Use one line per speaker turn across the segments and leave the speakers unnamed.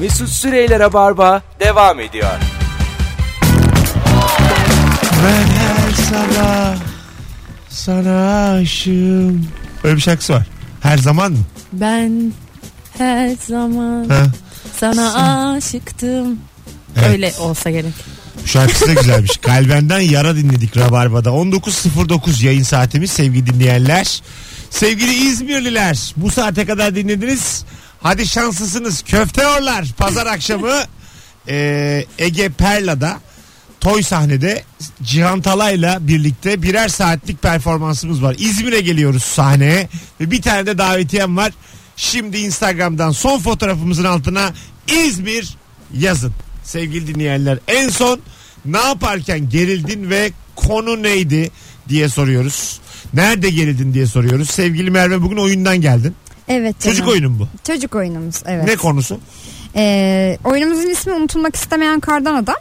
Mesut Süreyler'e barba devam ediyor.
Ben her sabah sana aşığım. Öyle bir şarkısı var. Her zaman mı?
Ben her zaman
Ha.
sana aşıktım.
Evet.
Öyle olsa gerek.
Şarkısı da güzelmiş. Kalbenden Yara dinledik Rabarba'da. 19.09 yayın saatimiz sevgili dinleyenler. Sevgili İzmirliler bu saate kadar dinlediniz. Hadi şanslısınız. Köfteyorlar pazar akşamı e, Ege Perla'da Toy sahnede Cihan Talay'la birlikte birer saatlik performansımız var. İzmir'e geliyoruz sahneye ve bir tane de davetiyem var. Şimdi Instagram'dan son fotoğrafımızın altına İzmir yazın. Sevgili dinleyenler en son ne yaparken gerildin ve konu neydi diye soruyoruz. Nerede gerildin diye soruyoruz. Sevgili Merve bugün oyundan geldin.
Evet.
Çocuk
canım.
oyunu mu bu?
Çocuk oyunumuz evet.
Ne konusu?
Ee, oyunumuzun ismi unutulmak istemeyen kardan adam.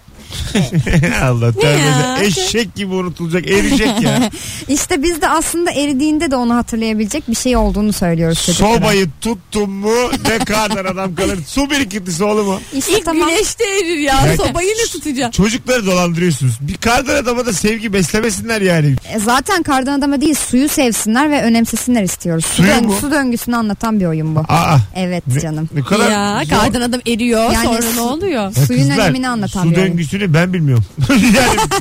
Allah
ya?
tövbe. Eşek gibi unutulacak. Eriyecek ya.
İşte biz de aslında eridiğinde de onu hatırlayabilecek bir şey olduğunu söylüyoruz çocuklara.
Sobayı tuttum mu ne kadar adam kalır. Su birikintisi oğlum o.
İşte
İlk
tamam.
güneşte erir ya.
Evet.
Sobayı ne tutacağım?
Çocukları dolandırıyorsunuz. Bir kardan adama da sevgi beslemesinler yani.
E, Zaten kardan adama değil suyu sevsinler ve önemsesinler istiyoruz. Su,
Suyu
döng-
mu?
su döngüsünü anlatan bir oyun bu.
Aa.
Evet
Ne,
canım.
ne kadar
ya
zor.
kardan adam eriyor
Yani
sonra
su-
ne oluyor?
Ya
Suyun
kızlar,
önemini anlatan
Su
bir oyun.
döngüsünü ben bilmiyorum. yani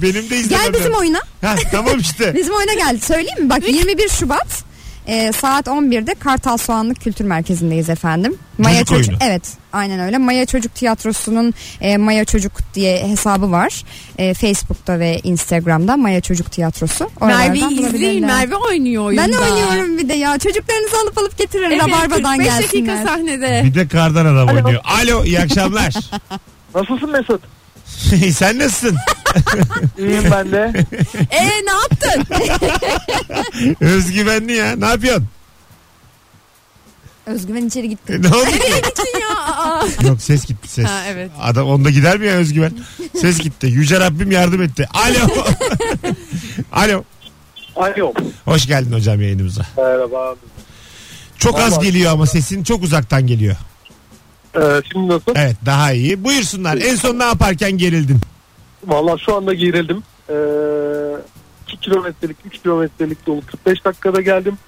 benim de izlemem.
Gel bizim
lazım.
oyuna.
Ha, tamam işte.
Bizim oyuna geldi. Söyleyeyim mi? Bak 21 Şubat e, saat 11'de Kartal Soğanlık Kültür Merkezi'ndeyiz efendim.
Çocuk
Çocuk-
oyunu.
Evet aynen öyle. Maya Çocuk Tiyatrosu'nun e, Maya Çocuk diye hesabı var. E, Facebook'ta ve Instagram'da Maya Çocuk Tiyatrosu. Oralardan
Merve'yi izleyin.
bulabilirler.
Merve oynuyor oyunda.
Ben oynuyorum bir de ya. Çocuklarınızı alıp alıp getirin.
Evet,
Rabarbadan
45 dakika
gelsinler.
sahnede.
Bir de kardan adam
Alo.
oynuyor. Alo iyi akşamlar.
Nasılsın Mesut?
Sen nasılsın?
İyiyim ben de.
Eee E, ne yaptın?
Özgüvenli ya. Ne yapıyorsun? E,
Özgüven içeri gitti.
Ne oldu ki?
ya, aa.
Yok ses gitti ses.
Ha, evet.
Adam onda gider mi ya özgüven? Ses gitti. Yüce Rabbim yardım etti. Alo. Alo.
Alo.
Hoş geldin hocam yayınımıza.
Merhaba.
Çok az
Vallahi-
geliyor ama sesin çok uzaktan geliyor.
Ee, şimdi nasıl?
Evet daha iyi. Buyursunlar. En son ne yaparken gerildin?
Valla şu anda gerildim. Ee, 2 kilometrelik, 3 kilometrelik yolu 45 dakikada geldim.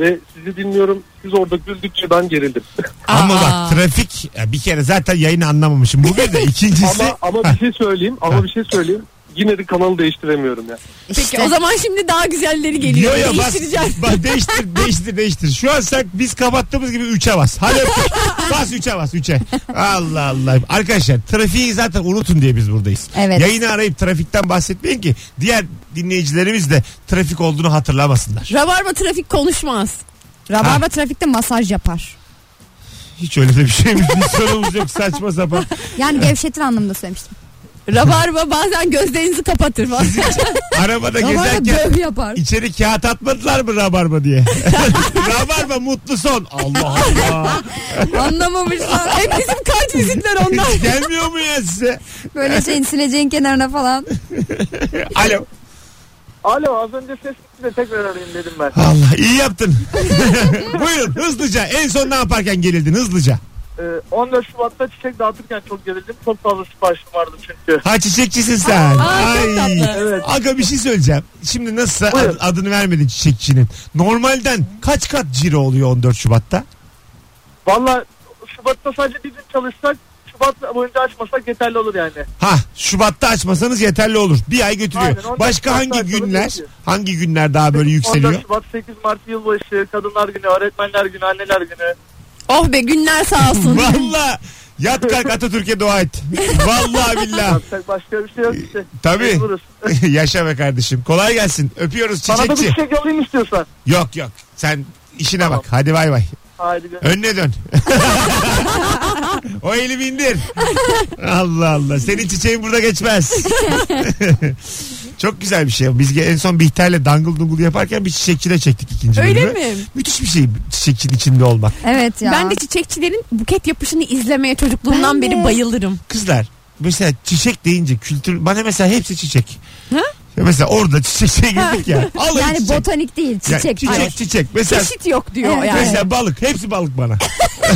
Ve sizi dinliyorum. Siz orada güldükçe ben gerildim.
Ama
Aa.
bak trafik ya bir kere zaten yayını anlamamışım. Bu bir de ikincisi.
ama ama bir şey söyleyeyim. Ama bir şey söyleyeyim. Yine de kanalı değiştiremiyorum ya.
Peki o zaman şimdi daha güzelleri geliyor.
Yo, yo, bas,
Değiştireceğim.
bas, değiştir değiştir değiştir. Şu an sen biz kapattığımız gibi 3'e bas. Hadi öptük. bas 3'e bas 3'e. Allah Allah. Arkadaşlar trafiği zaten unutun diye biz buradayız.
Evet.
Yayını arayıp trafikten bahsetmeyin ki diğer dinleyicilerimiz de trafik olduğunu hatırlamasınlar.
Rabarba trafik konuşmaz.
Rabarba trafikte masaj yapar.
Hiç öyle de bir şeyimiz bir sorunumuz yok saçma sapan.
Yani gevşetir anlamında söylemiştim.
Rabarba bazen gözlerinizi kapatır.
Arabada
Rabarba
gezerken
böv yapar.
İçeri kağıt atmadılar mı rabarba diye? rabarba mutlu son. Allah Allah.
Anlamamışlar.
Hep bizim kart vizitler onlar.
Hiç gelmiyor mu ya size?
Böyle şeyin sileceğin kenarına falan.
Alo.
Alo az önce ses gitti de tekrar arayayım dedim ben.
Allah iyi yaptın. Buyurun hızlıca en son ne yaparken gerildin hızlıca.
Ee, 14 Şubat'ta çiçek dağıtırken çok gerildim. Çok fazla siparişim vardı çünkü.
Ha çiçekçisin sen.
aa, çok tatlı.
Evet.
Aga bir şey söyleyeceğim. Şimdi nasılsa ad-
Buyurun.
adını vermedin çiçekçinin. Normalden kaç kat ciro oluyor 14 Şubat'ta?
Valla Şubat'ta sadece bir gün çalışsak Şubat boyunca açmasak yeterli olur yani.
Ha Şubat'ta açmasanız yeterli olur. Bir ay götürüyor.
Aynen, 14
Başka
Şubat'ta
hangi
açalım,
günler?
yetiyor.
Hangi günler daha böyle yükseliyor?
14 Şubat 8 Mart yılbaşı, kadınlar günü, öğretmenler günü, anneler günü.
Oh be günler sağ olsun.
Valla yat kalk Atatürk'e dua et. Valla billah.
Yapacak başka bir şey yok işte.
E, Tabii.
Mecburuz.
Yaşa be kardeşim. Kolay gelsin. Öpüyoruz
Bana da bir
çiçekçi.
çiçek yollayayım istiyorsan.
Yok yok. Sen işine bak. Hadi bay bay.
Haydi gö-
Önüne dön. o eli bindir. Allah Allah. Senin çiçeğin burada geçmez. Çok güzel bir şey. Biz en son Bihter'le dangıl dungul yaparken bir çiçekçide çektik ikinci
Öyle
bölümü.
mi?
Müthiş bir şey çiçekçinin içinde olmak.
Evet ya.
Ben de çiçekçilerin buket yapışını izlemeye çocukluğumdan
Ben de.
beri bayılırım.
Kızlar mesela çiçek deyince kültür bana mesela hepsi çiçek.
Ha?
Ya mesela orada çiçekçiye girdik ya. Alın
yani
çiçek.
botanik değil
Ya
çiçek.
çiçek
Ay,
çiçek. Mesela,
Çeşit yok diyor
Evet,
yani.
mesela balık. Hepsi balık bana.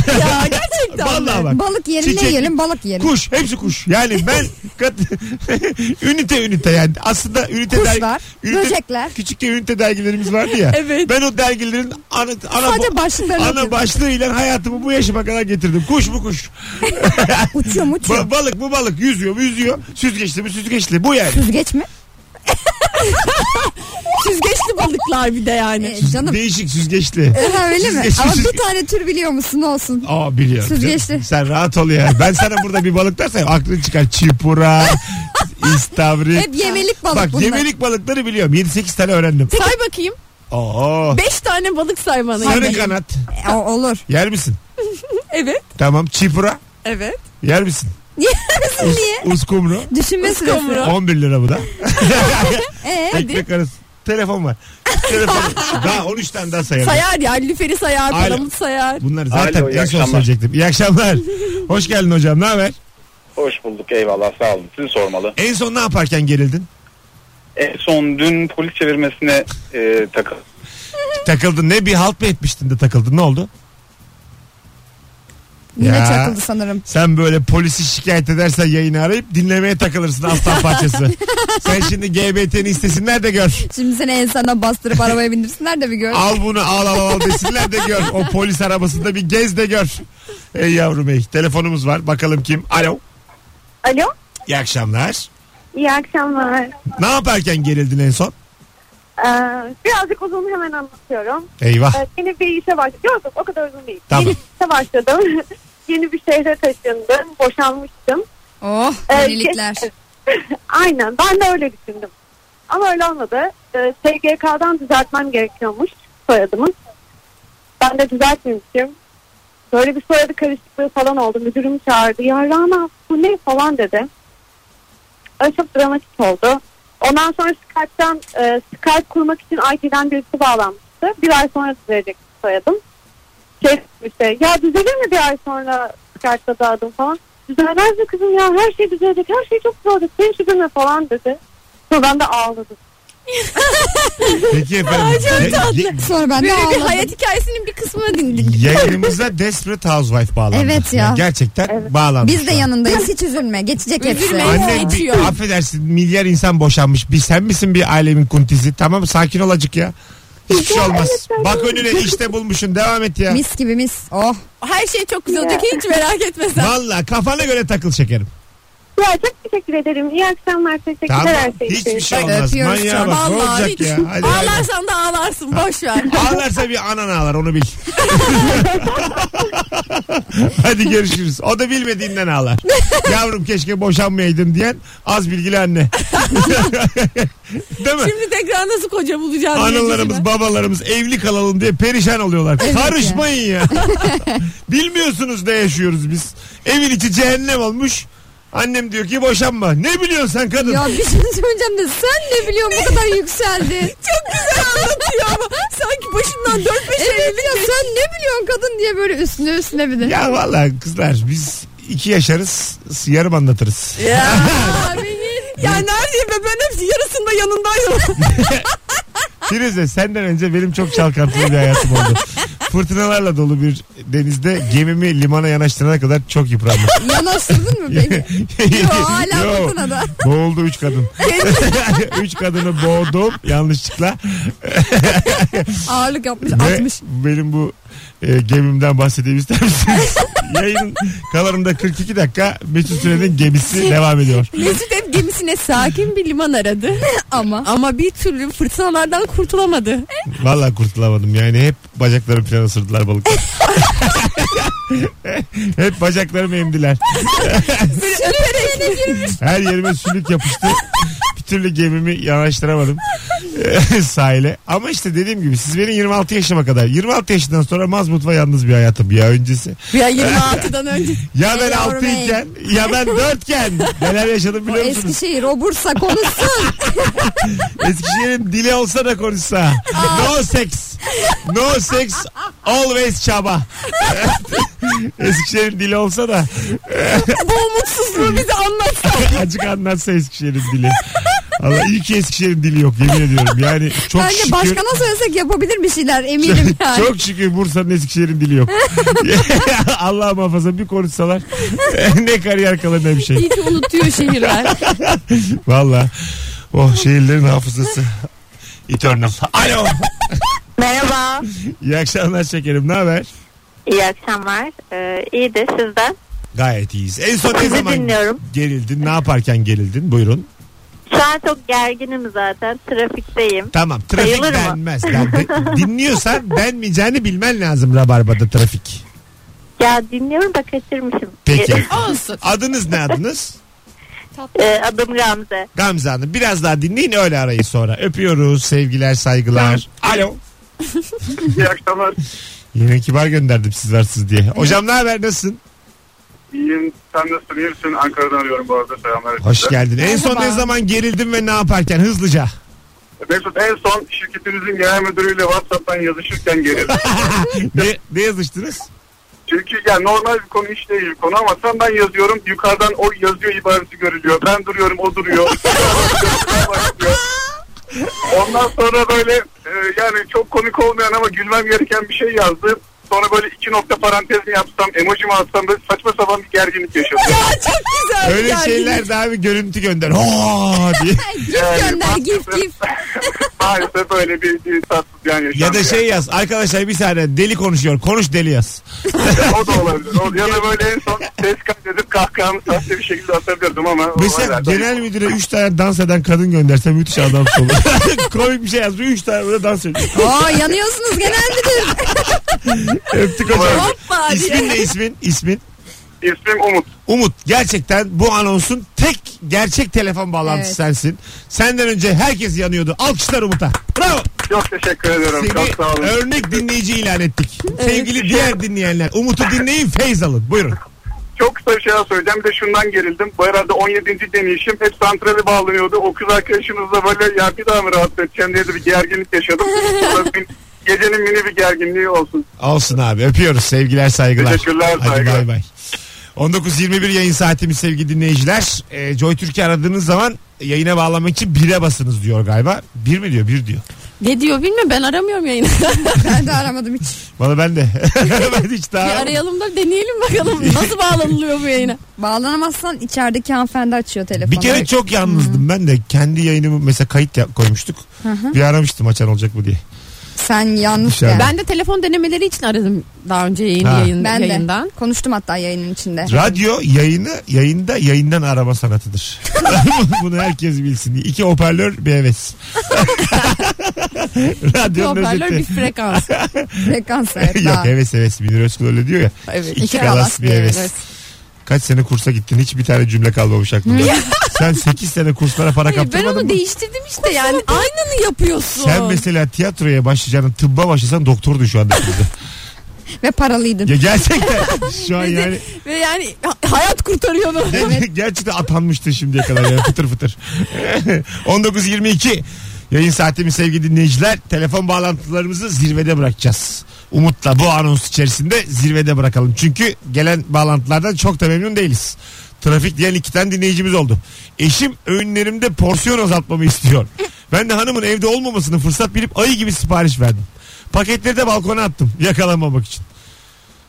Ya gerçekten.
Vallahi bak.
Balık yerine
Çiçek-
yiyelim balık yiyelim.
Kuş. Hepsi kuş. Yani ben kat, ünite ünite yani. Aslında ünite der-
Kuşlar,
ünite-
böcekler.
Küçükken ünite dergilerimiz vardı ya.
Evet.
Ben o dergilerin ana, ana,
Sadece başlıklarını
ana
okuyordum.
başlığıyla hayatımı bu yaşıma kadar getirdim. Kuş mu kuş.
Uçuyor mu uçuyor.
Ba- balık mı balık. Yüzüyor mu yüzüyor. Süzgeçli mi süzgeçli. Bu yani.
Süzgeç mi?
Süzgeçli balıklar bir de yani.
E, canım.
Değişik süzgeçli.
Ha, öyle mi?
Süzgeç,
Ama
süzgeç.
bir tane tür biliyor musun olsun.
Aa biliyorum.
Süzgeçli.
Sen, sen rahat ol ya. Ben sana burada bir balık dersem aklın çıkar. Çipura, istavrit.
Hep yemelik balık
Bak
bunlar.
yemelik balıkları biliyorum. 7-8 tane öğrendim.
Say bakayım.
Oo.
Beş tane balık say bana.
Sarı
Yani.
kanat.
E, o- olur.
Yer misin?
Evet.
Tamam. Çipura.
Evet.
Yer misin?
Yersin niye?
Uskumru.
Düşünme
Uskumru.
süresi.
11 lira bu da.
E,
Ekmek arası. Telefon var. Telefon. daha 13 tane daha sayarım.
Sayar ya. Lüferi sayar.
Alo.
Palamut sayar.
Bunları zaten
Alo, iyi
en son
akşamlar.
söyleyecektim. İyi akşamlar. Hoş geldin hocam. Ne haber?
Hoş bulduk eyvallah sağ olun. Sizi sormalı.
En son ne yaparken gerildin?
En son dün polis çevirmesine e, takı.
Takıldın. Ne bir halt mı etmiştin de takıldın? Ne oldu?
yine
Ya.
çakıldı sanırım.
Sen böyle polisi şikayet edersen yayını arayıp dinlemeye takılırsın aslan parçası. Sen şimdi GBT'ni istesinler de gör.
Şimdi seni ensana bastırıp arabaya bindirsinler de bir gör.
Al bunu al al al desinler de gör. O polis arabasında bir gez de gör. Ey yavrum ey. Telefonumuz var. Bakalım kim? Alo.
Alo.
İyi akşamlar.
iyi akşamlar.
Ne yaparken gerildin en son?
Ee, birazcık uzun hemen anlatıyorum.
Eyvah.
Ee, yeni bir işe başladım. Yok o kadar uzun değil.
Tamam.
Yeni bir işe başladım. yeni bir şehre taşındım. Boşanmıştım.
Oh
Ee,
yenilikler.
şey- Aynen ben de öyle düşündüm. Ama öyle olmadı. Ee, SGK'dan düzeltmem gerekiyormuş soyadımı. Ben de düzeltmemişim. Böyle bir soyadı karışıklığı falan oldu. Müdürüm çağırdı. Ya Rana bu ne falan dedi. Öyle çok dramatik oldu. Ondan sonra Skype'dan e, Skype kurmak için IT'den birisi bağlanmıştı. Bir ay sonra düzelecek soyadım. Şey işte ya düzelir mi bir ay sonra Skype'da da adım falan. Düzelmez mi kızım ya her şey düzelecek her şey çok güzel olacak sen hiç üzülme falan dedi. Sonra ben de ağladım.
Peki efendim. Ye- ye-
Sonra ben de
Böyle bir
ağladım.
hayat hikayesinin bir kısmını dinledik.
Yayınımıza Desperate Housewife bağlandı.
Evet ya.
Yani gerçekten bağlandı.
Biz de
şu an.
yanındayız hiç üzülme geçecek hepsi.
Üzülme.
Anne bir,
Geçiyor.
affedersin milyar insan boşanmış. Bir sen misin bir ailemin kuntisi? Tamam sakin olacık ya. Hiçbir şey olmaz. Bak önüne işte bulmuşsun. Devam et ya.
Mis gibi mis. Oh
Her şey çok güzel olacak hiç merak etme sen.
Valla kafana göre takıl şekerim.
Ya çok teşekkür ederim. İyi akşamlar. Teşekkürler
Tamam.
her şey için.
Hiçbir şey
Bak,
olmaz.
öpüyoruz
Manyağa
canım.
bak. Ne
Vallahi
olacak
hiç.
ya? Hadi, hadi.
Ağlarsan da ağlarsın boş ver.
Ağlarsa bir anan ağlar onu bil. Hadi görüşürüz. O da bilmediğinden ağlar. Yavrum keşke boşanmayaydın diyen az bilgili anne. Değil mi?
Şimdi tekrar nasıl koca bulacağız? diye
Analarımız,
düşünme.
babalarımız evli kalalım diye perişan oluyorlar. Karışmayın ya. Bilmiyorsunuz ne yaşıyoruz biz. Evin içi cehennem olmuş. Annem diyor ki boşanma. Ne biliyorsun sen kadın?
ya bir şey söyleyeceğim de sen ne biliyorsun bu kadar yükseldi.
Çok güzel anlatıyor ama sanki başından dört beş şey
evet
evlilik
ya sen ne biliyorsun kadın diye böyle üstüne üstüne bir de.
Ya valla kızlar biz iki yaşarız yarım anlatırız.
Ya benim. Ya nerede be ben hep yarısında yanındaydım.
Firuze senden önce benim çok çalkantılı bir hayatım oldu. Fırtınalarla dolu bir denizde gemimi limana yanaştırana kadar çok yıpranmış.
Yanaştırdın mı beni? Yo hala
Yo.
fırtına da.
Boğuldu üç kadın. üç kadını boğdum yanlışlıkla.
Ağırlık yapmış
Ve
atmış.
benim bu e, gemimden bahsedeyim ister misiniz? Yayın kalanımda 42 dakika Mesut Süren'in gemisi devam ediyor.
Mesut hep gemisine sakin bir liman aradı.
Ama.
Ama bir türlü fırtınalardan kurtulamadı.
Vallahi kurtulamadım yani hep bacaklarım falan ısırdılar balıklar. hep bacaklarım emdiler.
Böyle öperek.
Her yerime sülük yapıştı. Bir türlü gemimi yanaştıramadım sahile. Ama işte dediğim gibi siz beni 26 yaşıma kadar 26 yaşından sonra mazmutla yalnız bir hayatım ya öncesi.
Ya 26'dan önce.
Ya ben
Yavrum
6 iken ya ben 4 iken neler yaşadım
O
biliyor musunuz?
Eskişehir o Bursa konuşsun.
Eskişehir'in dili olsa da konuşsa. No sex. No sex always çaba. Eskişehir'in dili olsa da
Bu umutsuzluğu bize anlatsa.
Acık anlatsa Eskişehir'in dili. Allah iyi ki Eskişehir'in dili yok yemin ediyorum. Yani çok
Bence
şükür.
başkana söylesek yapabilir bir şeyler eminim yani.
Çok şükür Bursa'nın Eskişehir'in dili yok. Allah muhafaza bir konuşsalar ne kariyer kalır ne bir şey.
İyi ki unutuyor şehirler.
Valla. Oh şehirlerin hafızası. Eternal. Alo.
Merhaba.
İyi akşamlar şekerim. Ne haber?
İyi akşamlar. Ee, iyi de sizden.
Gayet iyiyiz. En son ne
Sizi
zaman
dinliyorum.
gerildin? Ne yaparken gerildin? Buyurun.
Şu an çok gerginim zaten. Trafikteyim.
Tamam. Trafik
Sayılır mı?
denmez. Ben de- dinliyorsan denmeyeceğini bilmen lazım Rabarba'da trafik.
Ya dinliyorum da kaçırmışım.
Peki.
Olsun.
Adınız ne adınız?
Ee, adım Gamze.
Gamze Hanım biraz daha dinleyin öyle arayı sonra. Öpüyoruz. Sevgiler, saygılar. Alo.
İyi akşamlar.
Yine kibar gönderdim siz varsınız diye. Hocam ne haber nasılsın?
İyiyim. Sen nasılsın? İyi misin? Ankara'dan arıyorum bu arada. Selamlar.
Hoş geldin. En son
Merhaba.
ne zaman gerildin ve ne yaparken hızlıca?
Mesut en son şirketimizin genel müdürüyle WhatsApp'tan yazışırken gelir.
ne, ne yazıştınız?
Çünkü yani normal bir konu hiç değil bir konu ama sen ben yazıyorum yukarıdan o yazıyor ibaresi görülüyor. Ben duruyorum o duruyor. Ondan sonra böyle e, yani çok komik olmayan ama gülmem gereken bir şey yazdı. Sonra böyle iki nokta parantez mi yapsam, emoji mi atsam böyle saçma sapan bir gerginlik yaşadım.
Aa, çok güzel.
Öyle
Yani
şeyler de abi görüntü gönder. Oo diye.
Yani
Gönder gif
maalesef-
gif.
Maalesef böyle bir, bir tatsız yani yaşandı.
ya da
yani.
şey yaz. Arkadaşlar bir saniye deli konuşuyor. Konuş deli yaz.
O da olabilir. O, ya da böyle en son ses kaydedip kahkahamı sahte bir şekilde atabilirdim ama. o
Mesela
herhalde-
genel müdüre 3 tane dans eden kadın gönderse müthiş adam olur. Komik bir şey yaz. 3 tane böyle dans ediyor.
Aa yanıyorsunuz genel müdür.
Öptük hocam.
Hoppa
İsmin
diye.
ne ismin? İsmin?
İsmim Umut.
Umut gerçekten bu anonsun tek gerçek telefon bağlantısı
Evet.
sensin. Senden önce herkes yanıyordu. Alkışlar Umut'a. Bravo.
Çok teşekkür ediyorum. Çok sağ
Seni
olun.
örnek dinleyici ilan ettik. Sevgili diğer dinleyenler Umut'u dinleyin feyz alın. Buyurun.
Çok kısa bir şeyler söyleyeceğim. Bir de şundan gerildim. Bu herhalde 17. deneyişim. Hep santrale bağlanıyordu. O kız arkadaşınızla böyle ya bir daha mı rahatsız edeceğim diye de bir gerginlik yaşadım. Tabii Gecenin mini bir gerginliği olsun.
Olsun abi öpüyoruz sevgiler saygılar.
Teşekkürler,
Hadi bay
saygılar.
bay. 19.21 yayın saatimiz sevgili dinleyiciler. Ee, Joy Türkiye aradığınız zaman yayına bağlanmak için bire basınız diyor galiba. Bir mi diyor bir diyor.
Ne diyor bilmiyorum ben aramıyorum yayını.
Ben de aramadım hiç.
Bana ben de. ben hiç daha.
Bir arayalım da deneyelim bakalım nasıl bağlanılıyor bu yayına.
Bağlanamazsan içerideki hanımefendi açıyor telefonu.
Bir kere çok yalnızdım ben de. Kendi yayınımı mesela kayıt yap- koymuştuk. Bir aramıştım açan olacak mı diye.
Sen yalnız
Dışarı.
yani. Ben,
Ben de telefon denemeleri için aradım daha önce yayın,
Ha.
yayın,
ben
yayından.
de konuştum hatta yayının içinde.
Radyo yayını yayında yayından arama sanatıdır. Bunu herkes bilsin diye. İki hoparlör bir heves.
Bir
Radyonun
hoparlör
özeti.
bir frekans.
Frekans evet
Yok
daha.
heves heves Münir Özkul öyle diyor ya.
Evet.
İki kalas bir heves. Kaç sene kursa gittin hiç bir tane cümle kalmamış aklımda. Sen 8 sene kurslara para
ben
kaptırmadın
onu
mı?
değiştirdim işte yani aynını yapıyorsun.
Sen mesela tiyatroya başlayacaksın tıbba başlasan doktordun şu anda.
Ve paralıydın.
ya gerçekten şu an yani
Ve yani ha- hayat kurtarıyor onu.
Gerçekten atanmıştı şimdiye kadar ya fıtır fıtır. 19.22 yayın saatimiz sevgili dinleyiciler. Telefon bağlantılarımızı zirvede bırakacağız. Umut'la bu anons içerisinde zirvede bırakalım. Çünkü gelen bağlantılardan çok da memnun değiliz. Trafik diyen iki tane dinleyicimiz oldu. Eşim öğünlerimde porsiyon azaltmamı istiyor. Ben de hanımın evde olmamasını fırsat bilip ayı gibi sipariş verdim. Paketleri de balkona attım yakalanmamak için.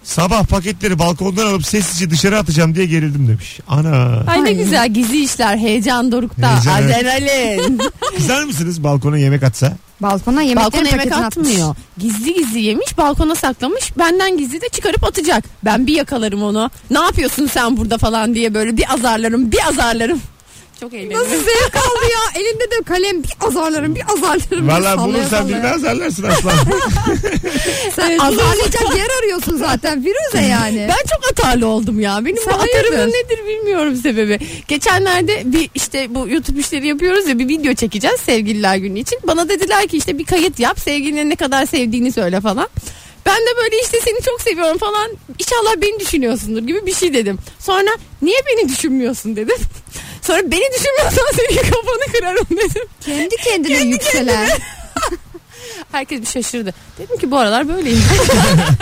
Sabah paketleri balkondan alıp sessizce dışarı atacağım diye gerildim demiş. Ana.
Ay ne
Ay.
güzel gizli işler heyecan dorukta.
Heyecan, evet.
Adrenalin.
Kızar mısınız balkona yemek atsa?
Balkona yemekleri
Balkona yemek
paketini atmış.
atmıyor. Gizli gizli yemiş balkona saklamış. Benden gizli de çıkarıp atacak. Ben bir yakalarım onu. Ne yapıyorsun sen burada falan diye böyle bir azarlarım bir azarlarım. Çok eğlenceli.
Nasıl zevk aldı ya? Elinde de kalem bir azarlarım bir azarlarım.
Valla bulursan birini azarlarsın aslan.
Sen azarlayacak yer arıyorsun zaten Firuze yani.
Ben çok atarlı oldum ya. Benim
Sen
bu atarımın
hayırdır?
nedir bilmiyorum sebebi. Geçenlerde bir işte bu YouTube işleri yapıyoruz ya bir video çekeceğiz sevgililer günü için. Bana dediler ki işte bir kayıt yap sevgilini ne kadar sevdiğini söyle falan. Ben de böyle işte seni çok seviyorum falan inşallah beni düşünüyorsundur gibi bir şey dedim. Sonra niye beni düşünmüyorsun dedim. Sonra beni düşünmüyorsan senin kafanı kırarım dedim.
Kendi kendine yükselen.
Herkes bir şaşırdı. Dedim ki bu aralar böyleyim.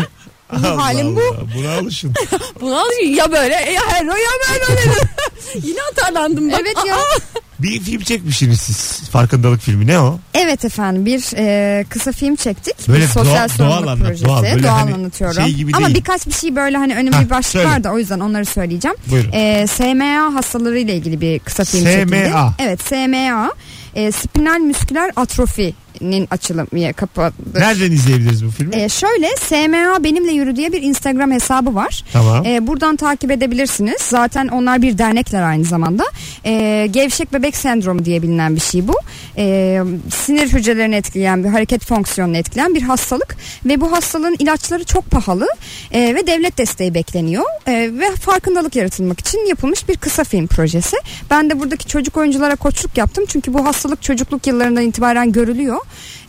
Allah
halim bu.
Allah, Buna alışın.
Bunu al ya böyle ya her ya ben öyle dedim. Yine atarlandım bak.
Evet ya.
Aa!
Bir film çekmişsiniz siz. Farkındalık filmi ne o?
Evet efendim bir e, kısa film çektik.
Böyle
bir
doğa-
sosyal sorumluluk
doğal anlat-
projesi.
doğal, böyle hani
anlatıyorum.
şey gibi
Ama
değil.
birkaç bir şey böyle hani önüme
Ha,
bir başlık
söyle.
var da o yüzden onları söyleyeceğim.
Buyurun.
E, SMA hastaları ile ilgili bir kısa film
SMA.
çekildi. Evet SMA. E, spinal müsküler atrofinin açılımı kapadı.
Nereden izleyebiliriz bu filmi?
E, şöyle SMA benimle yürü diye bir Instagram hesabı var.
Tamam.
E, buradan takip edebilirsiniz. Zaten onlar bir dernekler aynı zamanda. E, gevşek bebek sendromu diye bilinen bir şey bu. E, sinir hücrelerini etkileyen bir hareket fonksiyonunu etkilen bir hastalık ve bu hastalığın ilaçları çok pahalı E, ve devlet desteği bekleniyor E, ve farkındalık yaratılmak için yapılmış bir kısa film projesi. Ben de buradaki çocuk oyunculara koçluk yaptım çünkü bu hastalık çocukluk yıllarından itibaren görülüyor.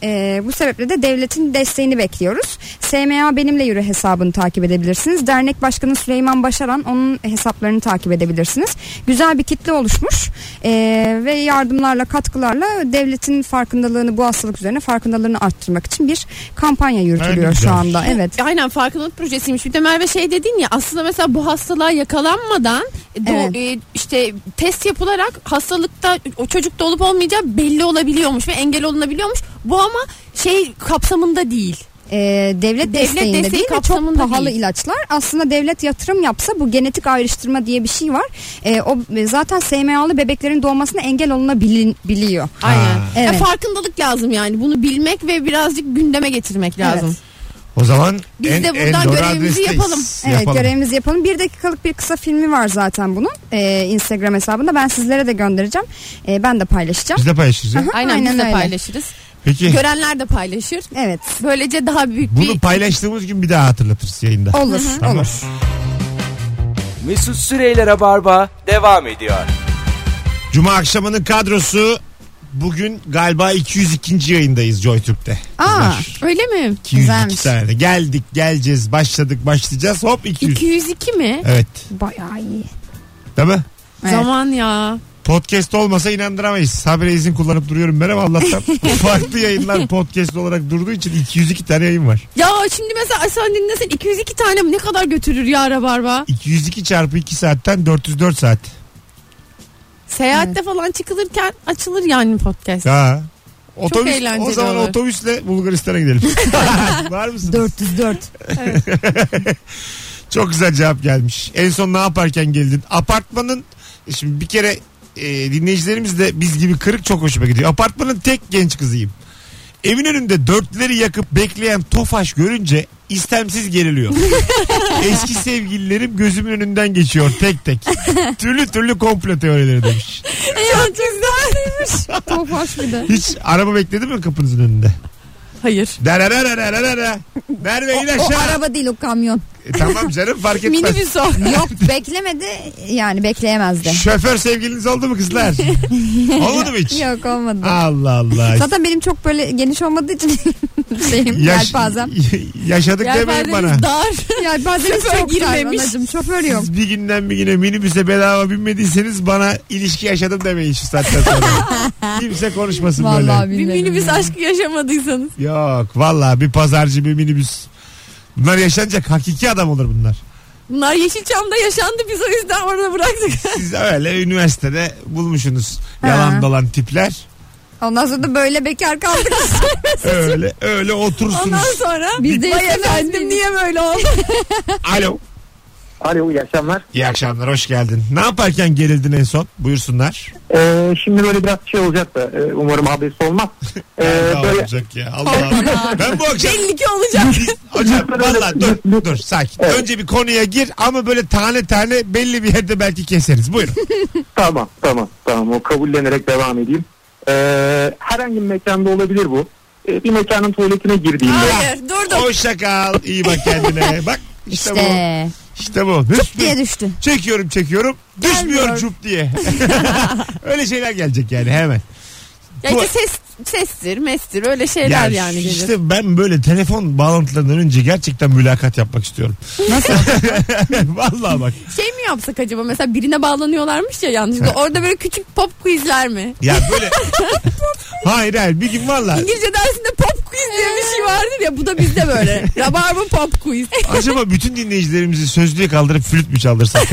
E, bu sebeple de devletin desteğini bekliyoruz. SMA benimle yürü hesabını takip edebilirsiniz. Dernek Başkanı Süleyman Başaran onun hesaplarını takip edebilirsiniz. Güzel bir kitle oluşmuş E, ve yardımlarla katkılarla devletin farkındalığını bu hastalık üzerine farkındalığını arttırmak için bir kampanya yürütülüyor şu
güzelmiş.
anda. Evet.
Aynen farkındalık projesiymiş. Bir de Merve şey dedin ya aslında mesela bu hastalığa yakalanmadan e, do- e, işte test yapılarak hastalıkta o çocukta olup olmayacağı belli olabiliyormuş ve engel olunabiliyormuş. Bu ama şey kapsamında değil.
e, devlet,
Devlet
desteğinde
desteği
değil ve çok
kapsamında
pahalı
değil.
ilaçlar. Aslında devlet yatırım yapsa bu genetik ayrıştırma diye bir şey var. E, o e, zaten SMA'lı bebeklerin doğmasına engel olunabiliyor.
Aynen. Ya
evet.
farkındalık lazım yani. Bunu bilmek ve birazcık gündeme getirmek lazım.
O zaman
Biz
en,
de buradan
en doğru
görevimizi
adresteyiz.
yapalım.
Evet
Yapalım.
görevimizi yapalım. Bir dakikalık bir kısa filmi var zaten bunun e, Instagram hesabında. Ben sizlere de göndereceğim. E, ben de paylaşacağım.
Biz de paylaşırız. ya.
Aha,
Aynen, biz de
öyle.
paylaşırız.
Peki
Görenler de paylaşır.
Evet.
Böylece daha büyük
bunu
bir
paylaştığımız gün bir daha hatırlatırız yayında.
Olur,
Tamam.
olur.
Mesut Süreyler'e barba devam ediyor.
Cuma akşamının kadrosu bugün galiba 202. yayındayız JoyTürk'te.
Aa,
Kızlar,
Öyle mi?
202
güzelmiş.
tane. Geldik, geleceğiz, başladık, başlayacağız. Hop 200.
202 mi?
Evet.
Bayağı iyi.
Değil mi?
Evet.
Zaman ya.
Podcast olmasa inandıramayız. Habire izin kullanıp duruyorum ben ama Allah'tan. Farklı yayınlar podcast olarak durduğu için 202 tane yayın var.
Ya şimdi mesela sen dinlesen 202 tane mi ne kadar götürür ya rabarba?
202 çarpı 2 saatten 404 saat.
Seyahatte falan çıkılırken açılır yani podcast.
Ha. Otobüs, o
eğlenceli
zaman
olur.
otobüsle Bulgaristan'a gidelim. var mısınız?
404.
Çok güzel cevap gelmiş. En son ne yaparken geldin? Apartmanın şimdi bir kere e, dinleyicilerimiz de biz gibi kırık çok hoşuma gidiyor. Apartmanın tek genç kızıyım. Evin önünde dörtleri yakıp bekleyen Tofaş görünce istemsiz geriliyor. Eski sevgililerim gözümün önünden geçiyor tek tek. türlü türlü komplo teorileri demiş.
Çok güzelmiş.
Çok hoş bir de.
Hiç araba bekledi mi kapınızın önünde?
Hayır.
Dererererererere. Merve in
O, o
aşağı.
araba değil o kamyon.
E, tamam canım fark etmez.
Minibüs o.
Yok beklemedi yani bekleyemezdi.
Şoför sevgiliniz oldu mu kızlar? olmadı mı hiç?
Yok olmadı.
Allah Allah.
Zaten benim çok böyle geniş olmadığı için şeyim
Yaş-
yelpazem.
yaşadık demeyin bana.
Yelpazeniz dar.
Yelpazemiz
Şoför
çok
girmemiş.
girmemiş. Şoför yok.
Siz bir günden bir güne minibüse bedava binmediyseniz bana ilişki yaşadım demeyin şu saatten sonra. Kimse konuşmasın
Vallahi
böyle.
Bir
bilmiyorum
minibüs
ya.
aşkı yaşamadıysanız.
Yok vallahi bir pazarcı bir minibüs. Bunlar yaşanacak hakiki adam olur bunlar.
Bunlar Yeşilçam'da yaşandı biz o yüzden orada bıraktık.
Siz öyle üniversitede bulmuşsunuz
Ha.
yalan dolan tipler.
Ondan sonra da böyle bekar kaldık.
Öyle öyle otursunuz.
Ondan sonra
Biz de
vay
istemez
efendim
miydik?"
niye böyle oldu?
Alo.
Alo iyi akşamlar.
İyi akşamlar hoş geldin. Ne yaparken gerildin en son? Buyursunlar.
Ee, şimdi böyle biraz şey olacak da e, umarım habersiz olmaz. Ee,
Allah
böyle
olacak ya. Allah Allah. ben bu akşam
Belli ki olacak.
Hocam
Lütfen öyle-
valla dur
lütfen.
dur sakin.
Evet.
Önce bir konuya gir ama böyle tane tane belli bir yerde belki keseriz. Buyurun.
tamam tamam tamam o kabullenerek devam edeyim. Ee, herhangi bir mekanda olabilir bu. Ee, bir mekanın tuvaletine girdiğimde
Hayır durduk.
Hoşça kal. İyi bak kendine. Bak işte,
İşte.
bu. İşte bu.
Cuk diye düştü.
Çekiyorum çekiyorum. Düşmüyor
Gelmiyor.
cup diye. Öyle şeyler gelecek yani hemen.
Ya işte ses sestir, mestir öyle şeyler
Ya
yani gelir.
işte ben böyle telefon bağlantılarından önce gerçekten mülakat yapmak istiyorum.
Nasıl?
Vallahi bak.
Şey mi yapsak acaba mesela birine bağlanıyorlarmış ya yanlışlıkla orada böyle küçük pop quizler mi?
Ya böyle. hayır hayır bir gün valla.
İngilizce dersinde pop quiz diye bir şey vardır ya bu da bizde böyle. Rabarba pop quiz.
Acaba bütün dinleyicilerimizi sözlüğe kaldırıp flüt mü çaldırsak?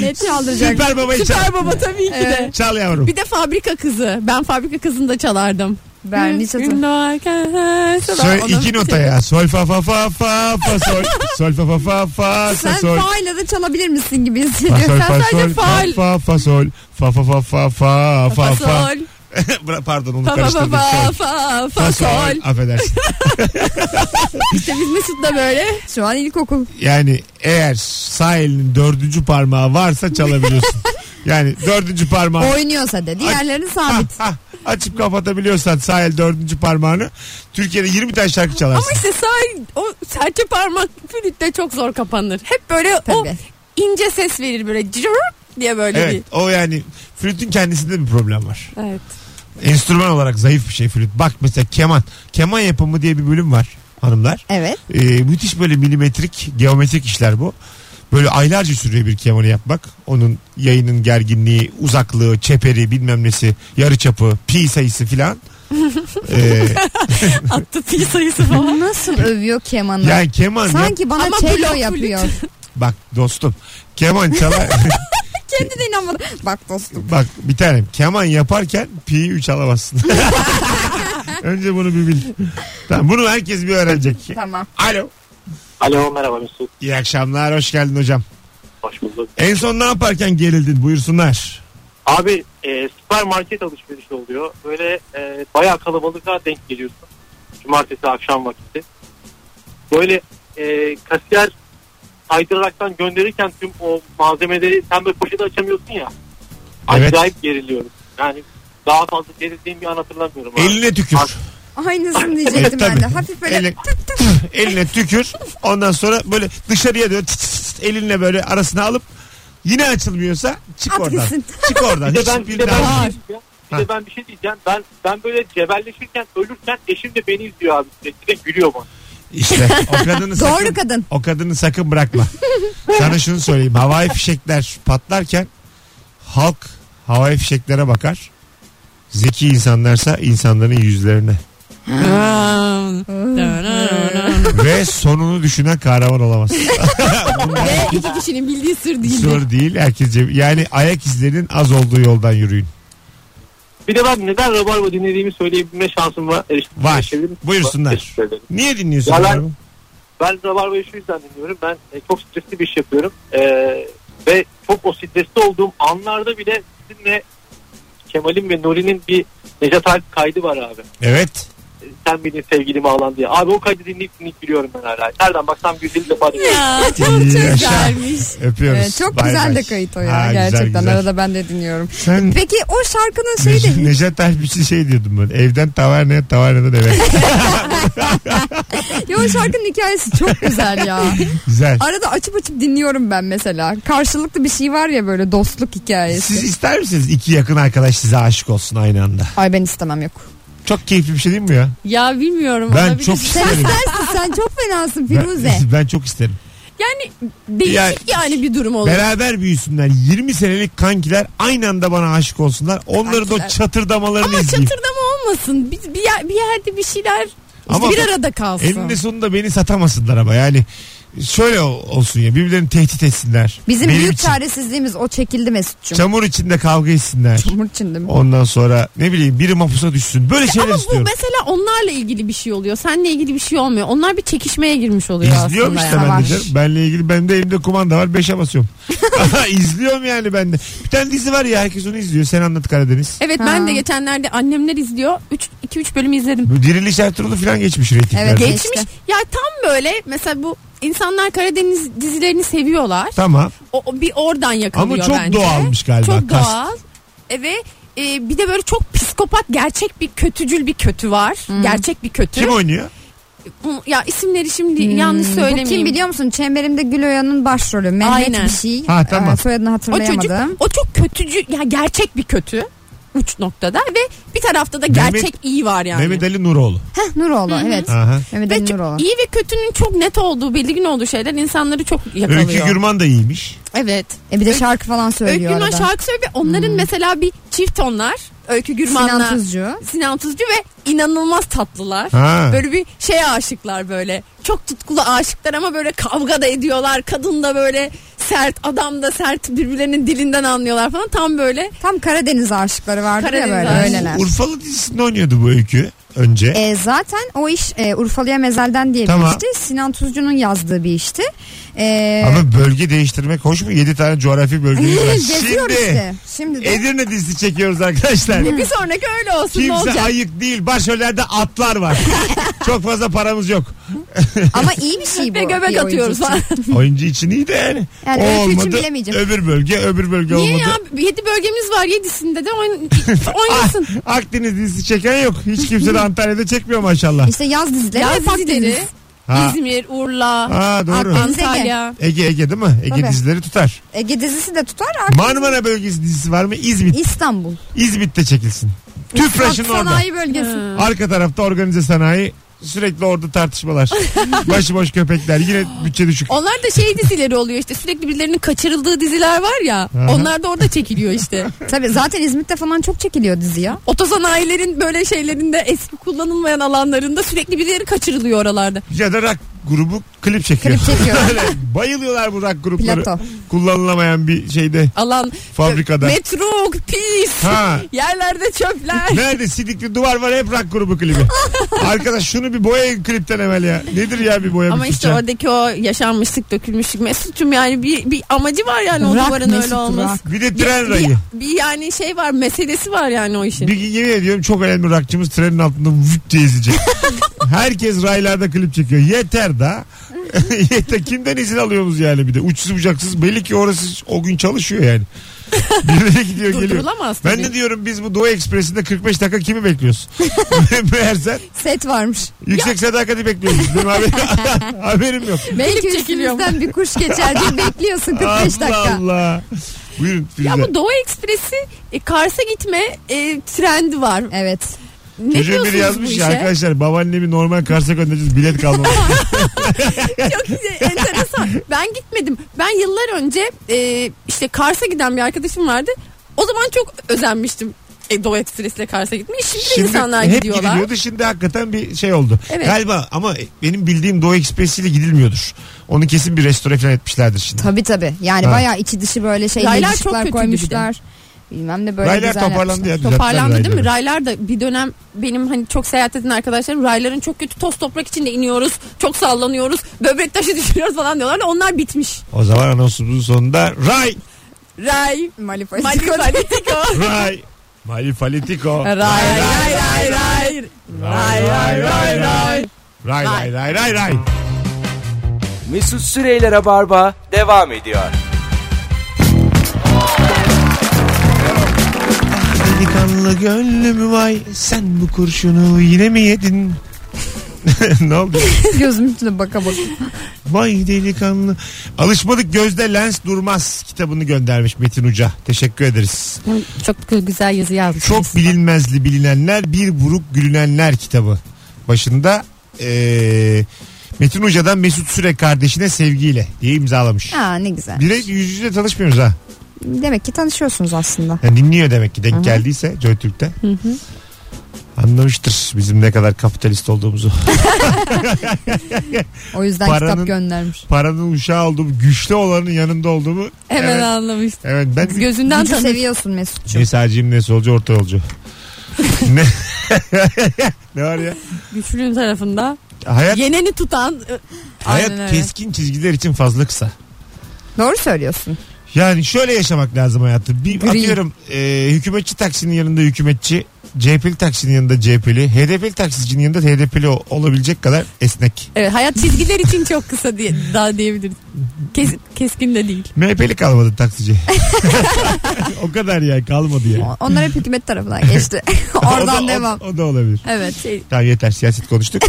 Ne çaldıracak?
Süper babayı çal.
Süper baba tabii ki de.
Çal yavrum.
Bir de fabrika kızı. Ben fabrika kızını da çalardım.
Ben hiç hatırlamıyorum.
Sol,
Söyle
iki nota ya. Sol fa fa fa fa fa sol. Sol fa fa fa fa
Sen
sa sol.
faile de çalabilir misin gibi
Fa
hissediyorum.
sol
Sen
fa sol
sadece
fa
faal.
fa fa sol. Fa fa fa fa fa fa fa.
Fasol.
Bra- Pardon onu
Fa fa fa
karıştırdım.
fa
Sol. Fa
fa fasol.
sol. Affedersin.
İşte biz Mesut'la böyle.
Şu an ilkokul.
Yani eğer sağ elinin dördüncü parmağı varsa çalabiliyorsun. Yani dördüncü parmağı
Oynuyorsa da. Diğerlerini sabit.
Ha, ha. açıp kapatabiliyorsan sağ el dördüncü parmağını Türkiye'de 20 tane şarkı
Ama
çalarsın.
işte sağ o serçe parmak flütte çok zor kapanır. Hep böyle o
Tabii.
ince ses verir böyle cırırt diye böyle
Evet o yani flütün kendisinde bir problem var.
bir. Evet.
Enstrüman olarak zayıf bir şey flüt. Bak mesela keman. Keman yapımı diye bir bölüm var hanımlar.
Evet.
Ee, müthiş böyle milimetrik, geometrik işler bu. Böyle aylarca sürüyor bir kemanı yapmak. Onun yayının gerginliği, uzaklığı, çeperi bilmem nesi, yarı çapı, pi sayısı filan. Ee,
Attı pi sayısı falan.
Nasıl övüyor kemanı?
yani keman yap-
Sanki bana
Ama blok
cello
flüt.
yapıyor.
Bak dostum keman çalar...
Kendi de inanmadı. Bak dostum.
Bak bir tanem keman yaparken pi'yi 3 alamazsın. Önce bunu bir bil. Tamam, bunu herkes bir öğrenecek.
Tamam.
Alo.
Alo merhaba Mesut.
İyi akşamlar hoş geldin hocam.
Hoş bulduk.
En son ne yaparken gerildin buyursunlar.
Abi e, süpermarket alışverişi oluyor. Böyle e, bayağı kalabalığa denk geliyorsun. Cumartesi akşam vakti. Böyle e, kasiyer saydıraraktan gönderirken tüm o malzemeleri sen böyle poşeti açamıyorsun ya.
Evet.
Acayip geriliyorum. Yani daha fazla gerildiğim bir an hatırlamıyorum. abi.
Eline tükür.
Abi.
Aynısını
E,
diyecektim
tabii.
ben de. Hafif böyle
Eline, eline tükür. Ondan sonra böyle dışarıya dön. tıt tıt tıt, elinle böyle arasına alıp yine açılmıyorsa çık
At
oradan.
gitsin.
Çık oradan.
Bir de
Hiç
ben, bir de
bir
ben,
daha-
bir şey diyeceğim. Bir de ben bir şey diyeceğim. Ben ben böyle cebelleşirken ölürken eşim de beni izliyor abi sürekli de gülüyor bana.
İşte o kadını sakın,
doğru kadın.
O kadını sakın bırakma. Sana şunu söyleyeyim. Havai fişekler patlarken halk havai fişeklere bakar. Zeki insanlarsa insanların yüzlerine. Ve sonunu düşünen kahraman olamaz.
Ve iki kişinin bildiği sır değildi.
Soru değil herkes ceb- Yani ayak izlerinin az olduğu yoldan yürüyün.
Bir de ben neden Rabarba dinlediğimi söyleyebilme şansım var. eriştim-
Var.
erişebilir miyim?
Buyursunlar.
Teşekkür ederim.
Niye dinliyorsun?
Ya ben-
bunları?
Ben Rabarba'yı şu yüzden dinliyorum. Ben e, çok stresli bir iş yapıyorum. E, ve çok o stresli olduğum anlarda bile sizinle Kemal'in ve Nuri'nin bir Necat Alp kaydı var abi.
Evet.
E, Sen benim sevgilimi ağlan diye. Abi o kaydı dinleyip dinleyip gülüyorum ben hala. Nereden baksam güldüğüm defa dinliyorum.
Ya çok
İyi
güzelmiş.
Öpüyoruz.
Evet, çok
Bay
güzel
bay.
de kayıt o ya
Ha, güzel,
gerçekten
güzel.
arada şey ben de dinliyorum.
Sen
Peki o şarkının şeyi
Nec-
de
Necat Alp için şey diyordum ben. Evden taverneye, taverneden eve.
ya o şarkının hikayesi çok güzel ya.
Güzel.
Arada açıp açıp dinliyorum ben mesela. Karşılıklı bir şey var ya böyle dostluk hikayesi.
Siz ister misiniz iki yakın arkadaş size aşık olsun aynı anda?
Ay ben istemem yok.
Çok keyifli bir şey değil mi bu ya?
Ya bilmiyorum.
Ben
olabilir.
çok
Sen-
isterim.
Dersin sen çok fenasın Firuze.
Ben, ben çok isterim.
Yani değişik
Ya-
yani bir durum olur.
Beraber büyüsünler. 20 senelik kankiler aynı anda bana aşık olsunlar. Onların da o
Kankiler.
çatırdamalarını
Ama
izleyeyim.
çatırdama olmasın. Bir, bir, yer- bir yerde bir şeyler işte
Ama
bir
bak-
arada kalsın.
Eninde sonunda beni satamasınlar ama yani. Şöyle ol- olsun ya birbirlerini tehdit etsinler.
Bizim
Benim
büyük
için.
çaresizliğimiz o çekildi Mesut'cum.
Çamur içinde kavga etsinler.
Çamur içinde mi?
Ondan sonra ne bileyim biri mapusa düşsün. Böyle şeyler
Ama bu
istiyorum.
mesela onlarla ilgili bir şey oluyor. Seninle ilgili bir şey olmuyor. Onlar bir çekişmeye girmiş oluyor
İzliyorum
aslında.
işte
yani.
ben de.
Var.
canım. Benle ilgili ben de elimde kumanda var. Beşe basıyorum. İzliyorum yani ben de. Bir tane dizi var ya herkes onu izliyor. Sen anlat Karadeniz.
Evet
Ha.
ben de geçenlerde annemler izliyor. 3 2 3 bölüm izledim.
Bu Diriliş Ertuğrul'u falan geçmiş reytinglerde.
Evet, geç-
Geçmiş.
İşte.
Ya tam böyle mesela bu insanlar Karadeniz dizilerini seviyorlar.
Tamam.
O, o bir oradan yakalıyor
Ama çok
bence.
doğalmış galiba.
Çok
kast.
doğal. E ve e, bir de böyle çok psikopat gerçek bir kötücül bir kötü var.
Hmm.
Gerçek bir kötü.
Kim oynuyor?
Bu- Ya isimleri şimdi Hmm, yanlış
Hmm, Bu
söylemeyeyim.
kim biliyor musun? Çemberimde Güloya'nın başrolü. Mehmet
Aynen.
bir şey.
Ha, tamam.
Ee, soyadını
O çocuk
hatırlayamadım.
o çok kötücü ya gerçek bir kötü uç noktada ve bir tarafta da
Mehmet-
gerçek iyi var yani.
Mehmet Ali Nuroğlu.
Heh, Nuroğlu evet.
Aha.
Mehmet
Ve
Ali
çok-
Nuroğlu.
iyi ve kötünün çok net olduğu belirgin olduğu şeyler insanları çok yakalıyor.
Öykü Gürman da iyiymiş.
Evet.
E bir de
Öykü-
şarkı falan
Öykü
söylüyor
Gürman
arada. Hmm.
şarkı söylüyor ve onların mesela bir çift onlar. Öykü Gürman'la
Sinan
Sinan Tuzcu.
Tuzcu.
ve inanılmaz tatlılar.
Ha.
Böyle bir şeye aşıklar böyle. Çok tutkulu aşıklar ama böyle kavga da ediyorlar. Kadın da böyle sert, adam da sert. Birbirlerinin dilinden anlıyorlar falan. Tam böyle
Tam Karadeniz aşıkları vardı ya
Karadeniz
böyle
aşık.
öyleler.
Urfalı dizisinde oynuyordu bu öykü önce.
E, zaten o iş e, Urfalı'ya mezelden diye
Tamam.
bir işti. Sinan Tuzcu'nun yazdığı bir işti. E,
Ama bölge değiştirmek hoş mu? 7 tane coğrafi bölgemiz var.
geziyor
Şimdi
işte. Şimdi de.
Edirne dizisi çekiyoruz arkadaşlar.
E, bir sonraki öyle olsun ne
Kimse
olacak?
ayık değil. Başrollerde atlar var. Çok fazla paramız yok.
Ama iyi bir şey bu.
Ve
iyi
göbek
oyuncu
atıyoruz
için.
falan.
Oyuncu için iyi de yani.
Yani
o
öykü için
olmadı.
bilemeyeceğim.
Öbür bölge, öbür bölge
Niye
olmadı.
ya? Yedi bölgemiz var. Yedisinde de oyn-
Ah,
oynasın.
Akdeniz dizisi çeken yok. Hiç kimse de Antalya'da çekmiyor maşallah.
İşte yaz dizileri
Yaz
hep Akdeniz.
dizileri.
Ha.
İzmir, Urla,
Ha, doğru.
Akdeniz, Ege.
Antalya.
Ege Ege değil mi? Ege
Tabii.
dizileri tutar.
Ege E, dizisi de tutar. Akdeniz-
Marmara bölgesi dizisi var mı? İzmit.
İstanbul.
İzmit'te çekilsin. Tüpraş'ın
Sanayi
orada.
bölgesi.
Arka tarafta organize sanayi. Sürekli orada tartışmalar. Başıboş köpekler. Yine bütçe düşük.
Onlar da şey dizileri oluyor işte sürekli birilerinin kaçırıldığı diziler var ya.
Aha.
onlar da orada çekiliyor işte.
Tabii zaten İzmit'te falan çok çekiliyor dizi ya.
Otosanayilerin böyle şeylerinde eski kullanılmayan alanlarında sürekli birileri kaçırılıyor oralarda.
Ya da rock grubu klip çekiyor.
Klip çekiyor.
Öyle bayılıyorlar bu rock grupları.
Plato.
Kullanılamayan bir şeyde.
Alan
Fabrikada.
Metro, pis.
Ha.
Yerlerde çöpler.
Nerede sidikli duvar var hep rock grubu klibi. Arkadaş şunu bir boyayın klipten evvel ya. Nedir ya bir boya
Ama
bir
işte
fırça?
oradaki o yaşanmışlık, dökülmüşlük Mesut'cum yani bir, bir amacı var yani o
Bırak
duvarın
Mesut'u,
öyle olması.
bırak.
Bir de
Bir,
tren
bir,
rayı.
bir yani şey var meselesi var yani o işin.
Bir gün yemin ediyorum çok önemli rockçımız trenin altında vüt diye izleyecek. Herkes raylarda klip çekiyor. Yeter da. Yeter. Kimden izin alıyoruz yani bir de. Uçsuz bucaksız. Belli ki orası o gün çalışıyor yani. Birileri gidiyor geliyor.
Durdurulamaz
Ben
tabii.
de diyorum biz bu Doğu Ekspresi'nde 45 dakika kimi bekliyorsun? Meğerse
Set varmış.
yüksek sadakati bekliyoruz. Benim haberim, haberim yok.
Belki
çekiliyor mu?
üstümüzden bir kuş geçer diye bekliyorsun 45
Allah
dakika.
Allah. Buyurun Firuze.
Ya bu Doğu Ekspresi e, Kars'a gitme e, trendi var.
Evet.
Ne
Çocuğun biri
diyorsunuz
yazmış
bu
ya
işe?
arkadaşlar babaannemi normal Kars'a göndereceğiz bilet kalmamış.
Çok enteresan. Ben gitmedim. Ben yıllar önce e, işte Kars'a giden bir arkadaşım vardı. O zaman çok özenmiştim. E, Doğu Ekspresi'yle Kars'a gitmeyi. Şimdi, de insanlar
hep
gidiyorlar.
gidiliyordu şimdi hakikaten bir şey oldu.
Evet.
Galiba ama benim bildiğim Doğu Ekspresi ile gidilmiyordur. Onu kesin bir restore falan etmişlerdir şimdi.
Tabii tabii. Yani
Ha.
bayağı içi dışı böyle şey
Raylar çok
ışıklar
kötüydü
koymuşlar. Bilmem ne böyle
Raylar
güzel
toparlandı ya.
yapmışlar.
düzelttiler
Toparlandı değil mi?
rayları.
Raylar da bir dönem benim hani çok seyahat eden arkadaşlarım rayların çok kötü toz toprak içinde iniyoruz. Çok sallanıyoruz. Böbrek taşı düşürüyoruz falan diyorlar. da Onlar bitmiş.
O zaman anonsumuzun sonunda ray
Ray.
Malifatik
Malika.
ray Malifalitiko.
Ray ray ray ray.
Ray ray ray ray. Ray ray ray ray ray.
Mesut Süreyler'e barba devam ediyor.
Delikanlı gönlüm vay sen bu kurşunu yine mi yedin? ne oldu?
Gözümün üstüne baka baka.
Vay delikanlı. Alışmadık gözde lens durmaz kitabını göndermiş Metin Uca. Teşekkür ederiz.
Çok güzel yazı yazmış.
Çok bilinmezli bilinenler bir buruk gülünenler kitabı. Başında eee, Metin Hoca'dan Mesut Süre kardeşine sevgiyle diye imzalamış.
Aa ne güzel.
Direkt yüz yüze tanışmıyoruz ha.
Demek ki tanışıyorsunuz aslında.
Yani dinliyor demek ki denk geldiyse JoyTürk'te. Anlamıştır bizim ne kadar kapitalist olduğumuzu.
O yüzden
Paranın-
kitap göndermiş.
Paranın uşağı olduğumu, güçlü olanın yanında olduğumu.
Hemen
Evet,
anlamış.
evet ben
Gözünden
Gücü
tanıdım.
seviyorsun Mesut'cuğum.
Ne sağcıyım ne solcu orta yolcu. ne? ne var ya?
Güçlünün tarafında.
Hayat,
Yeneni tutan. ı,
hayat
Aynen öyle.
keskin çizgiler için fazla kısa.
Doğru söylüyorsun.
Yani şöyle yaşamak lazım hayatı. Bir atıyorum e, hükümetçi taksinin yanında hükümetçi, CHP'li taksinin yanında CHP'li, HDP'li taksicinin yanında HDP'li o- olabilecek kadar esnek.
Evet hayat çizgiler için çok kısa diye daha diyebiliriz. Kes- keskin de değil.
MHP'li kalmadı taksici. o kadar ya kalmadı ya.
O- Onlar hep hükümet tarafından geçti.
O da-
Oradan
o-
devam.
O, da olabilir.
Evet. Şey,
Tamam yeter siyaset konuştuk.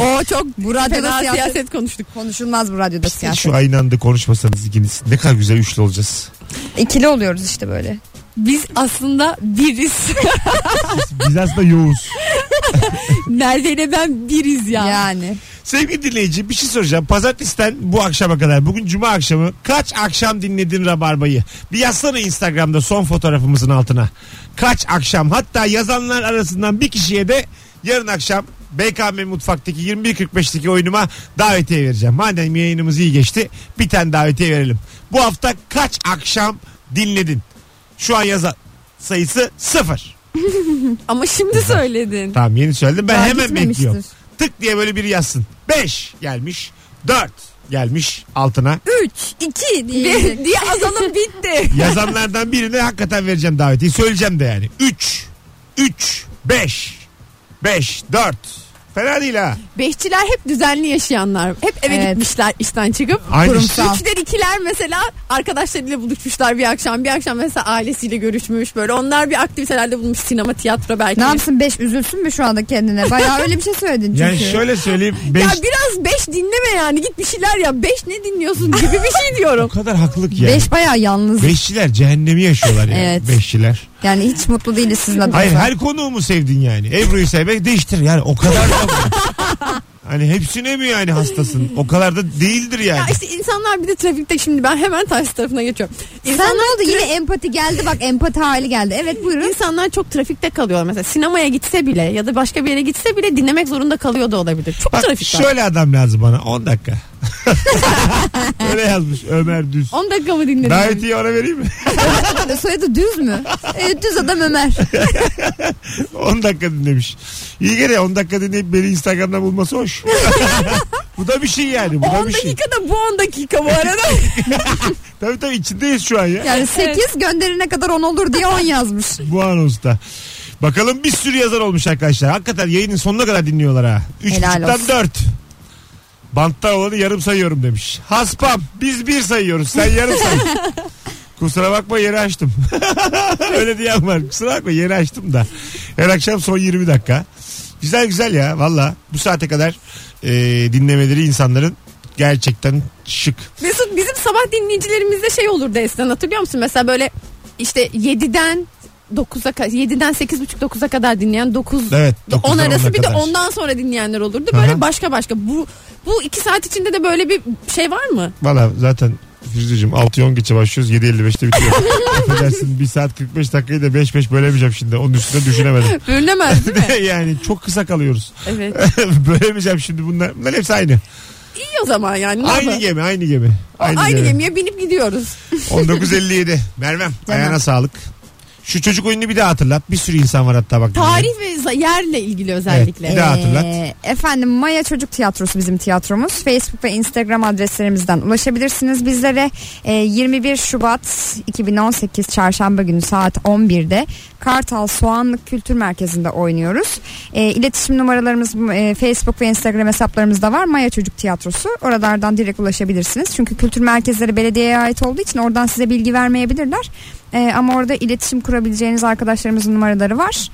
o çok bu radyoda
Fena
siyaset,
siyaset
konuştuk.
Konuşulmaz bu radyoda
Siz
siyaset.
Şu aynı anda konuşmasanız ikiniz ne kadar güzel üçlü olacağız.
İkili oluyoruz işte böyle.
Biz aslında biriz.
Biz aslında yoğuz.
Merve ile ben biriz ya.
Yani.
Sevgili dinleyici bir şey soracağım. Pazartesiden bu akşama kadar bugün cuma akşamı kaç akşam dinledin Rabarba'yı? Bir yazsana Instagram'da son fotoğrafımızın altına. Kaç akşam hatta yazanlar arasından bir kişiye de yarın akşam BKM Mutfak'taki 21.45'teki oyunuma davetiye vereceğim. Madem yayınımız iyi geçti bir tane davetiye verelim. Bu hafta kaç akşam dinledin? Şu an yazan sayısı sıfır.
Ama şimdi söyledin.
Tamam yeni söyledim ben
Daha
hemen
gitmemiştir.
bekliyorum. Tık diye böyle biri yazsın. 5 gelmiş 4 gelmiş altına.
3, 2
Ve- diye azalım bitti.
Yazanlardan birine hakikaten vereceğim davetiyi. Söyleyeceğim de yani. 3 3 5 5 4 Fena değil ha.
Beşçiler hep düzenli yaşayanlar. Hep eve
Evet.
gitmişler işten çıkıp.
Aynı şey.
Kurumsal.
Üçler ikiler mesela arkadaşlarıyla buluşmuşlar bir akşam. Bir akşam mesela ailesiyle görüşmüş böyle. Onlar bir aktivitelerde bulmuş sinema, tiyatro belki.
Ne yapsın 5 üzülsün mü şu anda kendine? Bayağı öyle bir şey söyledin çünkü.
Yani şöyle söyleyeyim. Beş...
Ya biraz beş dinleme yani git bir şeyler ya. Beş ne dinliyorsun gibi bir şey
o
diyorum.
kadar haklılık yani.
5 bayağı yalnız.
Beşçiler cehennemi yaşıyorlar yani.
Evet.
Beşçiler.
Yani hiç mutlu değiliz sizin adınıza.
Hayır her konuğu mu sevdin yani? Ebru'yu sevmek değiştir yani o kadar da Hani hepsine mi yani hastasın? O kadar da değildir yani.
Ya işte insanlar bir de trafikte şimdi ben hemen ters tarafına geçiyorum.
Sen
İnsanlar,
ne oldu yine empati geldi bak empati hali geldi. Evet buyurun.
insanlar çok trafikte kalıyor mesela. Sinemaya gitse bile ya da başka bir yere gitse bile dinlemek zorunda kalıyor da olabilir. Çok
Bak
trafik var.
şöyle adam lazım bana 10 dakika. Öyle yazmış Ömer Düz.
10 dakika mı dinledin?
Davetiye ona vereyim mi?
Soyadı düz mü? Evet düz adam Ömer.
10 dakika dinlemiş. İyi gene 10 dakika dinleyip beni Instagram'dan bulması hoş. bu da bir şey yani. Bu da
10
bir şey.
dakika da bu 10 dakika bu arada.
Tabii tabii içindeyiz şu an ya.
Yani 8 gönderine kadar 10 olur diye 10 yazmış.
Bu anonsta. Bakalım bir sürü yazar olmuş arkadaşlar. Hakikaten yayının sonuna kadar dinliyorlar ha.
Helal
3.5'tan
olsun.
4. Banttan olanı yarım sayıyorum demiş. Haspam biz bir sayıyoruz sen yarım say. Kusura bakma yeni açtım. Öyle diyen var. Kusura bakma yeni açtım da. Her akşam son 20 dakika. Güzel güzel ya valla. Bu saate kadar e, dinlemeleri insanların gerçekten şık.
Mesut bizim sabah dinleyicilerimizde şey olurdu eskiden hatırlıyor musun? Mesela böyle işte 7'den 9'a ka- 7'den 8.30 9'a kadar dinleyen 9
Evet. 9'dan
10
ona
arası bir de
kadar.
ondan sonra dinleyenler olurdu.
Aha.
Böyle başka başka. Bu bu iki saat içinde de böyle bir şey var mı?
Valla zaten Firuze'cim 6-10 geçe başlıyoruz 7.55'te bitiyor. Affedersin 1 saat 45 dakikayı da 5-5 bölemeyeceğim şimdi. Onun üstüne düşünemedim.
Bölünemez değil mi?
yani çok kısa kalıyoruz.
evet.
bölemeyeceğim şimdi bunlar. Bunlar hepsi aynı.
İyi o zaman yani. Ne
Aynı
yapalım?
gemi aynı gemi.
aynı, gemiye binip gidiyoruz.
19.57. Mervem ayağına sağlık. Şu çocuk oyununu bir daha hatırlat. Bir sürü insan var hatta bak.
Tarih ve za- yerle ilgili özellikle.
Evet. Bir daha hatırlat.
Ee, efendim Maya Çocuk Tiyatrosu bizim tiyatromuz. Facebook ve Instagram adreslerimizden ulaşabilirsiniz bizlere. Ee, 21 Şubat 2018 Çarşamba günü saat 11'de Kartal Soğanlık Kültür Merkezi'nde oynuyoruz. Ee, iletişim numaralarımız e, Facebook ve Instagram hesaplarımızda var. Maya Çocuk Tiyatrosu. Oralardan direkt ulaşabilirsiniz. Çünkü kültür merkezleri belediyeye ait olduğu için oradan size bilgi vermeyebilirler. Ee, ama orada iletişim kurabileceğiniz arkadaşlarımızın numaraları var.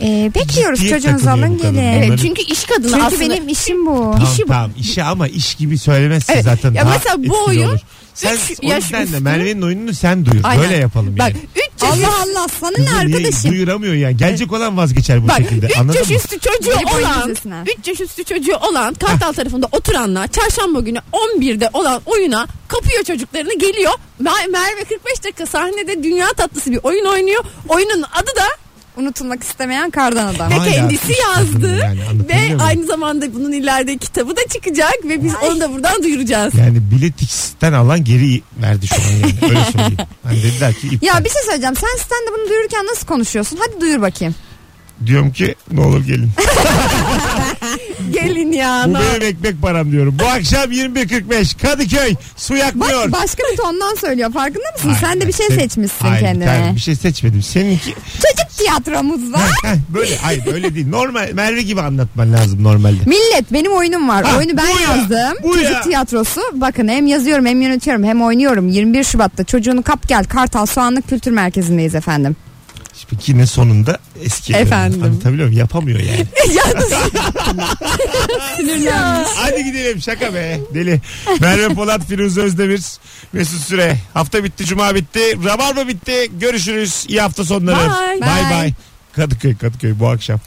Ee, bekliyoruz
Ciddiye
çocuğunuzu
takılıyor
alın
bu kadın.
gelin.
Evet. Bunları-
Çünkü iş kadını
Çünkü
aslında.
benim işim bu.
Tamam
İşi şey bu.
tamam işi ama iş gibi söylemezsin
Evet.
zaten.
Ya
Daha
mesela bu
etkili
oyun
olur. Sen
üç
o
yaş
yüzden de
üstü-
Merve'nin oyununu sen duyur.
Aynen.
Böyle yapalım
Bak
yani.
3 yaş
Allah Allah sana
Kızım
ne
niye
arkadaşım?
Duyuramıyor yani. Gelecek olan vazgeçer bu
Bak
şekilde.
3
Anladın
yaş
mı?
üstü çocuğu
Hep oyun
olan
müzesine.
3 yaş üstü çocuğu olan Kartal tarafında oturanlar çarşamba günü 11'de olan oyuna kapıyor çocuklarını geliyor. Mer- Merve 45 dakika sahnede dünya tatlısı bir oyun oynuyor. Oyunun adı da
Unutulmak istemeyen kardan adam.
ve
Hala
kendisi
üç kadın
yazdı.
yani, anlatabiliyor
ve
muyum?
aynı zamanda bunun ileride kitabı da çıkacak ve biz onu da buradan duyuracağız.
Yani biletix'ten alan geri verdi şu an yani. Öyle söyleyeyim. Hani dediler ki iptal.
Ya bir şey söyleyeceğim. Sen stand bunu duyururken nasıl konuşuyorsun? Hadi duyur bakayım.
Diyorum ki ne olur gelin.
Gelin ya.
Bu
ne-
benim ekmek param diyorum. Bu akşam 21.45 Kadıköy su
Bak
yakmıyor.
başka bir tondan söylüyor. Farkında mısın?
Hayır,
Sen de bir şey
sen-
seçmişsin
hayır,
kendine.
hayır, bir şey seçmedim. Seninki
Çocuk tiyatromuz var.
Heh, böyle hayır böyle değil. Normal Merve gibi anlatman lazım normalde.
Millet benim oyunum var.
Ha,
Oyunu ben
bu ya,
yazdım.
bu
Çocuk
ya.
tiyatrosu. Bakın hem yazıyorum hem yönetiyorum hem oynuyorum. 21 Şubat'ta çocuğunu kap gel Kartal Soğanlık Kültür Merkezi'ndeyiz efendim.
Şimdi yine sonunda eski. evren.
Efendim.
Anlatabiliyor muyum? Yapamıyor yani.
Yalnız sinirlenmiş.
Hadi gidelim şaka be deli. Merve Polat, Firuze Özdemir, Mesut Süre. Hafta bitti, cuma bitti, rabarba bitti. Görüşürüz. İyi hafta sonları.
Bye.
Bay bay. Kadıköy, Kadıköy bu akşam.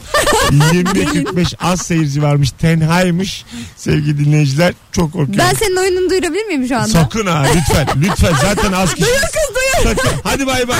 20.45 az seyirci varmış, tenhaymış. Sevgili dinleyiciler çok korkuyorum.
Ben senin oyununu duyurabilir miyim şu anda?
Sakın ha lütfen, lütfen zaten az kişi.
Duyur kız duyur.
Sakın. Hadi bay bay.